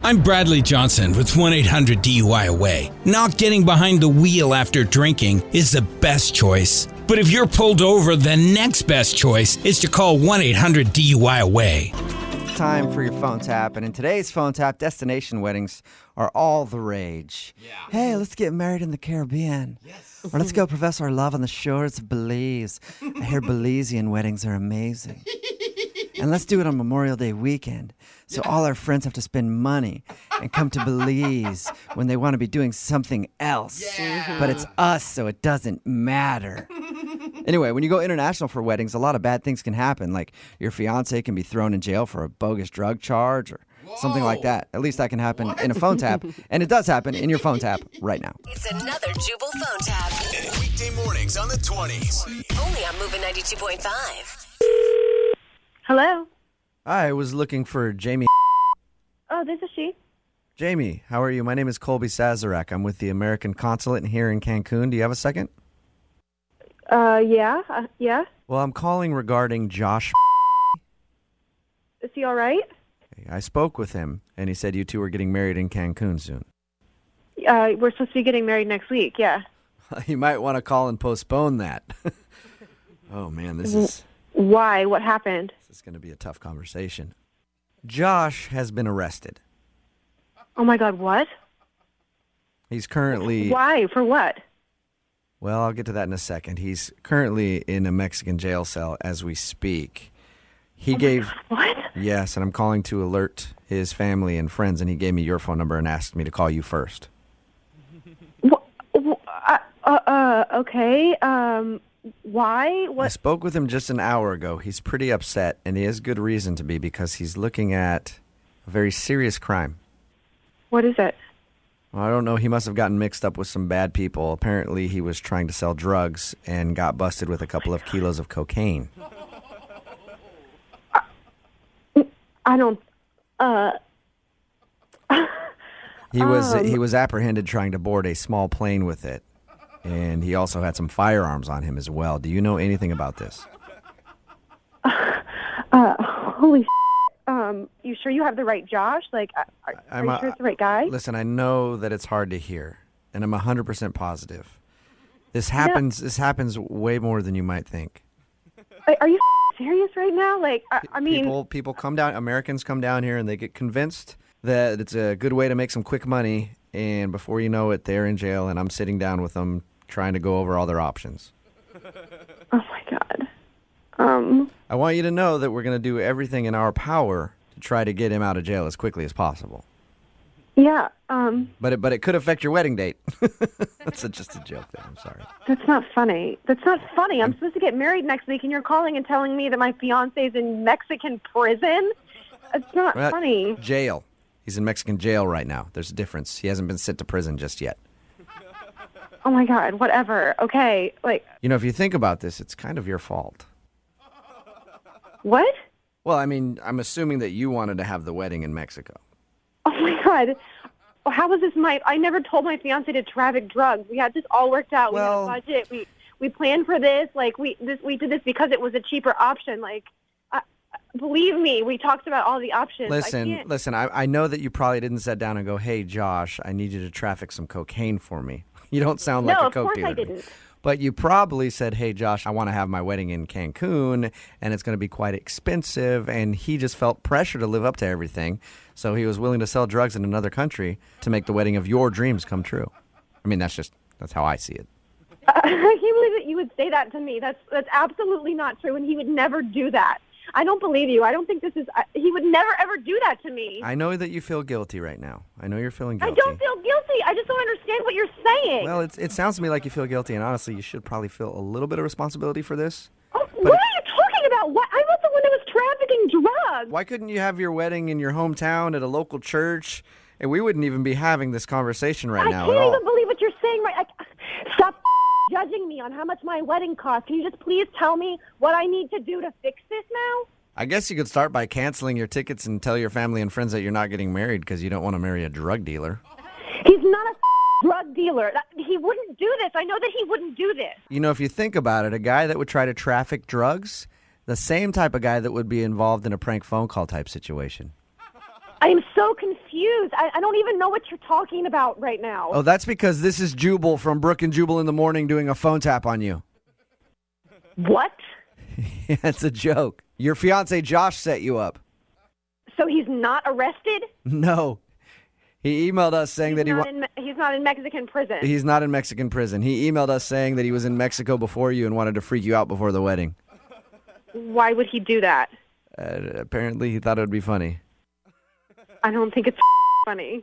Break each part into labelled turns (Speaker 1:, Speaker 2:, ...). Speaker 1: I'm Bradley Johnson with 1 800 DUI Away. Not getting behind the wheel after drinking is the best choice. But if you're pulled over, the next best choice is to call 1 800 DUI Away.
Speaker 2: time for your phone tap, and in today's phone tap, destination weddings are all the rage. Yeah. Hey, let's get married in the Caribbean. Yes. Or let's go profess our love on the shores of Belize. I hear Belizean weddings are amazing. and let's do it on Memorial Day weekend. So all our friends have to spend money and come to Belize when they want to be doing something else. But it's us, so it doesn't matter. Anyway, when you go international for weddings, a lot of bad things can happen. Like your fiance can be thrown in jail for a bogus drug charge or something like that. At least that can happen in a phone tap. And it does happen in your phone tap right now.
Speaker 3: It's another Jubal phone tab.
Speaker 4: Weekday mornings on the 20s.
Speaker 3: Only on Moving 92.5.
Speaker 5: Hello.
Speaker 2: I was looking for Jamie.
Speaker 5: Oh, this is she.
Speaker 2: Jamie, how are you? My name is Colby Sazerac. I'm with the American Consulate here in Cancun. Do you have a second?
Speaker 5: Uh, yeah, uh, yeah.
Speaker 2: Well, I'm calling regarding Josh.
Speaker 5: Is he all right?
Speaker 2: I spoke with him, and he said you two are getting married in Cancun soon.
Speaker 5: Uh, we're supposed to be getting married next week. Yeah.
Speaker 2: you might want to call and postpone that. oh, man, this is.
Speaker 5: Why? What happened?
Speaker 2: This is going to be a tough conversation. Josh has been arrested.
Speaker 5: Oh my God! What?
Speaker 2: He's currently
Speaker 5: Why? For what?
Speaker 2: well, I'll get to that in a second. He's currently in a Mexican jail cell as we speak.
Speaker 5: Oh
Speaker 2: He gave
Speaker 5: What?
Speaker 2: yes, and I'm calling to alert his family and friends and he gave me your phone number and asked me to call you first.
Speaker 5: What? Uh, uh, uh, okay. Um, why?
Speaker 2: I
Speaker 5: What?
Speaker 2: spoke with him just an hour ago. He's pretty upset and he has good reason to be because he's looking at a very serious crime.
Speaker 5: What is it?
Speaker 2: I don't know. He must have gotten mixed up with some bad people. Apparently, he was trying to sell drugs and got busted with a couple of kilos of cocaine.
Speaker 5: I don't. Uh,
Speaker 2: He was
Speaker 5: Um,
Speaker 2: he was apprehended trying to board a small plane with it, and he also had some firearms on him as well. Do you know anything about this?
Speaker 5: uh, holy. Um, you sure you have the right Josh? Like, are, are
Speaker 2: I'm
Speaker 5: you
Speaker 2: a-
Speaker 5: sure it's the right guy?
Speaker 2: Listen, I know that it's hard to hear, and I'm 100% positive. This happens. This happens way more than you might think.
Speaker 5: Are- Are you serious right now? Like, I, I mean,
Speaker 2: people people come down Americans come down here and they get convinced that it's a good way to make some quick money and before you know it they're in jail and I'm sitting down with them trying to go over all their options.
Speaker 5: oh my God. Um.
Speaker 2: I want you to know that we're going to do everything in our power to try to get him out of jail as quickly as possible.
Speaker 5: Yeah. Um.
Speaker 2: But it, but it could affect your wedding date. That's a- just a joke there. I'm sorry.
Speaker 5: That's not funny. That's not funny. I'm supposed to get married next week, and you're calling and telling me that my fiance is in Mexican prison. It's not
Speaker 2: Well,
Speaker 5: funny.
Speaker 2: Jail. He's in Mexican jail right now. There's a difference. He hasn't been sent to prison just yet.
Speaker 5: Oh my God. Whatever. Okay. Like
Speaker 2: You know, if you think about this, it's kind of your fault.
Speaker 5: what?
Speaker 2: Well, I mean, I'm assuming that you wanted to have the wedding in Mexico.
Speaker 5: Oh my God. How was this my? I never told my fiance to traffic drugs. We had this all worked out.
Speaker 2: Well-
Speaker 5: we had a budget. We we planned for this. Like we this we did this because it was a cheaper option. Like. I- I- Believe me, we talked about all the options. I
Speaker 2: Listen,
Speaker 5: can't-
Speaker 2: listen, I, I know that you probably didn't sit down and go, hey, Josh, I need you to traffic some cocaine for me. You don't sound like
Speaker 5: No,
Speaker 2: a
Speaker 5: of
Speaker 2: coke
Speaker 5: course
Speaker 2: dealer.
Speaker 5: I
Speaker 2: to me.
Speaker 5: didn't.
Speaker 2: But you probably said, hey, Josh, I want to have my wedding in Cancun and it's going to be quite expensive. And he just felt pressure to live up to everything. So he was willing to sell drugs in another country to make the wedding of your dreams come true. I mean, that's just, that's how I see it.
Speaker 5: I can't believe that you would say that to me. That's that's absolutely not true, and he would never do that. I don't believe you. I don't think this is. I, he would never ever do that to me. I,
Speaker 2: I know that you feel guilty right now. I know you're feeling guilty.
Speaker 5: don't feel guilty. I just don't understand what you're saying.
Speaker 2: well, it's, it sounds to me like you feel guilty, and honestly, you should probably feel a little bit of responsibility for this.
Speaker 5: Oh, what are you talking about? What? I was the one that was trafficking drugs.
Speaker 2: Why couldn't you have your wedding in your hometown at a local church? And we wouldn't even be having this conversation right
Speaker 5: I
Speaker 2: now
Speaker 5: can't
Speaker 2: at all.
Speaker 5: even believe what you're saying. Right? I, stop judging me on how much my wedding cost. Can you just please tell me what I need to do to fix this now?
Speaker 2: I guess you could start by canceling your tickets and tell your family and friends that you're not getting married because you don't want to marry a drug dealer.
Speaker 5: He's not a drug dealer. That, he wouldn't do this. I know that he wouldn't do this.
Speaker 2: You know, if you think about it, a guy that would try to traffic drugs, the same type of guy that would be involved in a prank phone call type situation.
Speaker 5: I am so confused. I, I don't even know what you're talking about right now.
Speaker 2: Oh, that's because this is Jubal from Brook and Jubal in the morning doing a phone tap on you.
Speaker 5: What?
Speaker 2: That's a joke. Your fiance Josh set you up.
Speaker 5: So he's not arrested?
Speaker 2: No. He emailed us saying that he
Speaker 5: Not
Speaker 2: wa-
Speaker 5: in Me- he's not in Mexican prison.
Speaker 2: he's not in Mexican prison. He emailed us saying that he was in Mexico before you and wanted to freak you out before the wedding.
Speaker 5: Why would he do that?
Speaker 2: Uh, apparently, he thought it would be funny.
Speaker 5: I don't think it's funny.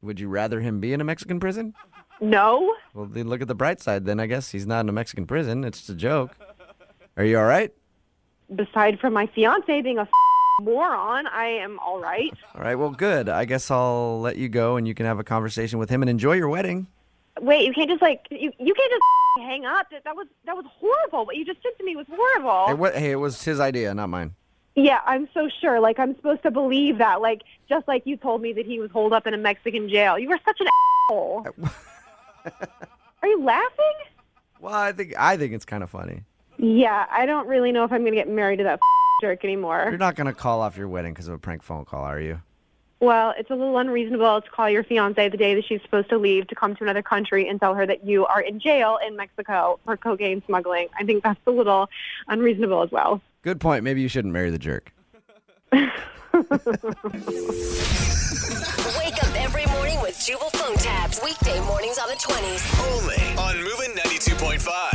Speaker 2: Would you rather him be in a Mexican prison?
Speaker 5: No?
Speaker 2: Well, then look at the bright side. Then I guess he's not in a Mexican prison. It's just a joke. Are you all right?
Speaker 5: Beside from my fiance being a moron, I am all right.
Speaker 2: All right. Well, good. I guess I'll let you go, and you can have a conversation with him and enjoy your wedding.
Speaker 5: Wait, you can't just like you, you can't just hang up. That, that was that was horrible. What you just did to me was horrible.
Speaker 2: Hey, what, hey, it was his idea, not mine.
Speaker 5: Yeah, I'm so sure. Like I'm supposed to believe that. Like just like you told me that he was holed up in a Mexican jail. You were such an asshole. Are you laughing?
Speaker 2: Well, I think I think it's kind of funny.
Speaker 5: Yeah, I don't really know if I'm gonna get married to that jerk
Speaker 2: You're
Speaker 5: anymore.
Speaker 2: not gonna call off your wedding because of a prank phone call, are you?
Speaker 5: Well, it's a little unreasonable to call your fiance the day that she's supposed to leave to come to another country and tell her that you are in jail in Mexico for cocaine smuggling. I think that's a little unreasonable as well.
Speaker 2: Good point. Maybe you shouldn't marry the jerk.
Speaker 3: Wake up every morning with Jubal phone tabs. Weekday mornings on the 20s.
Speaker 4: Only on Moving 92.5.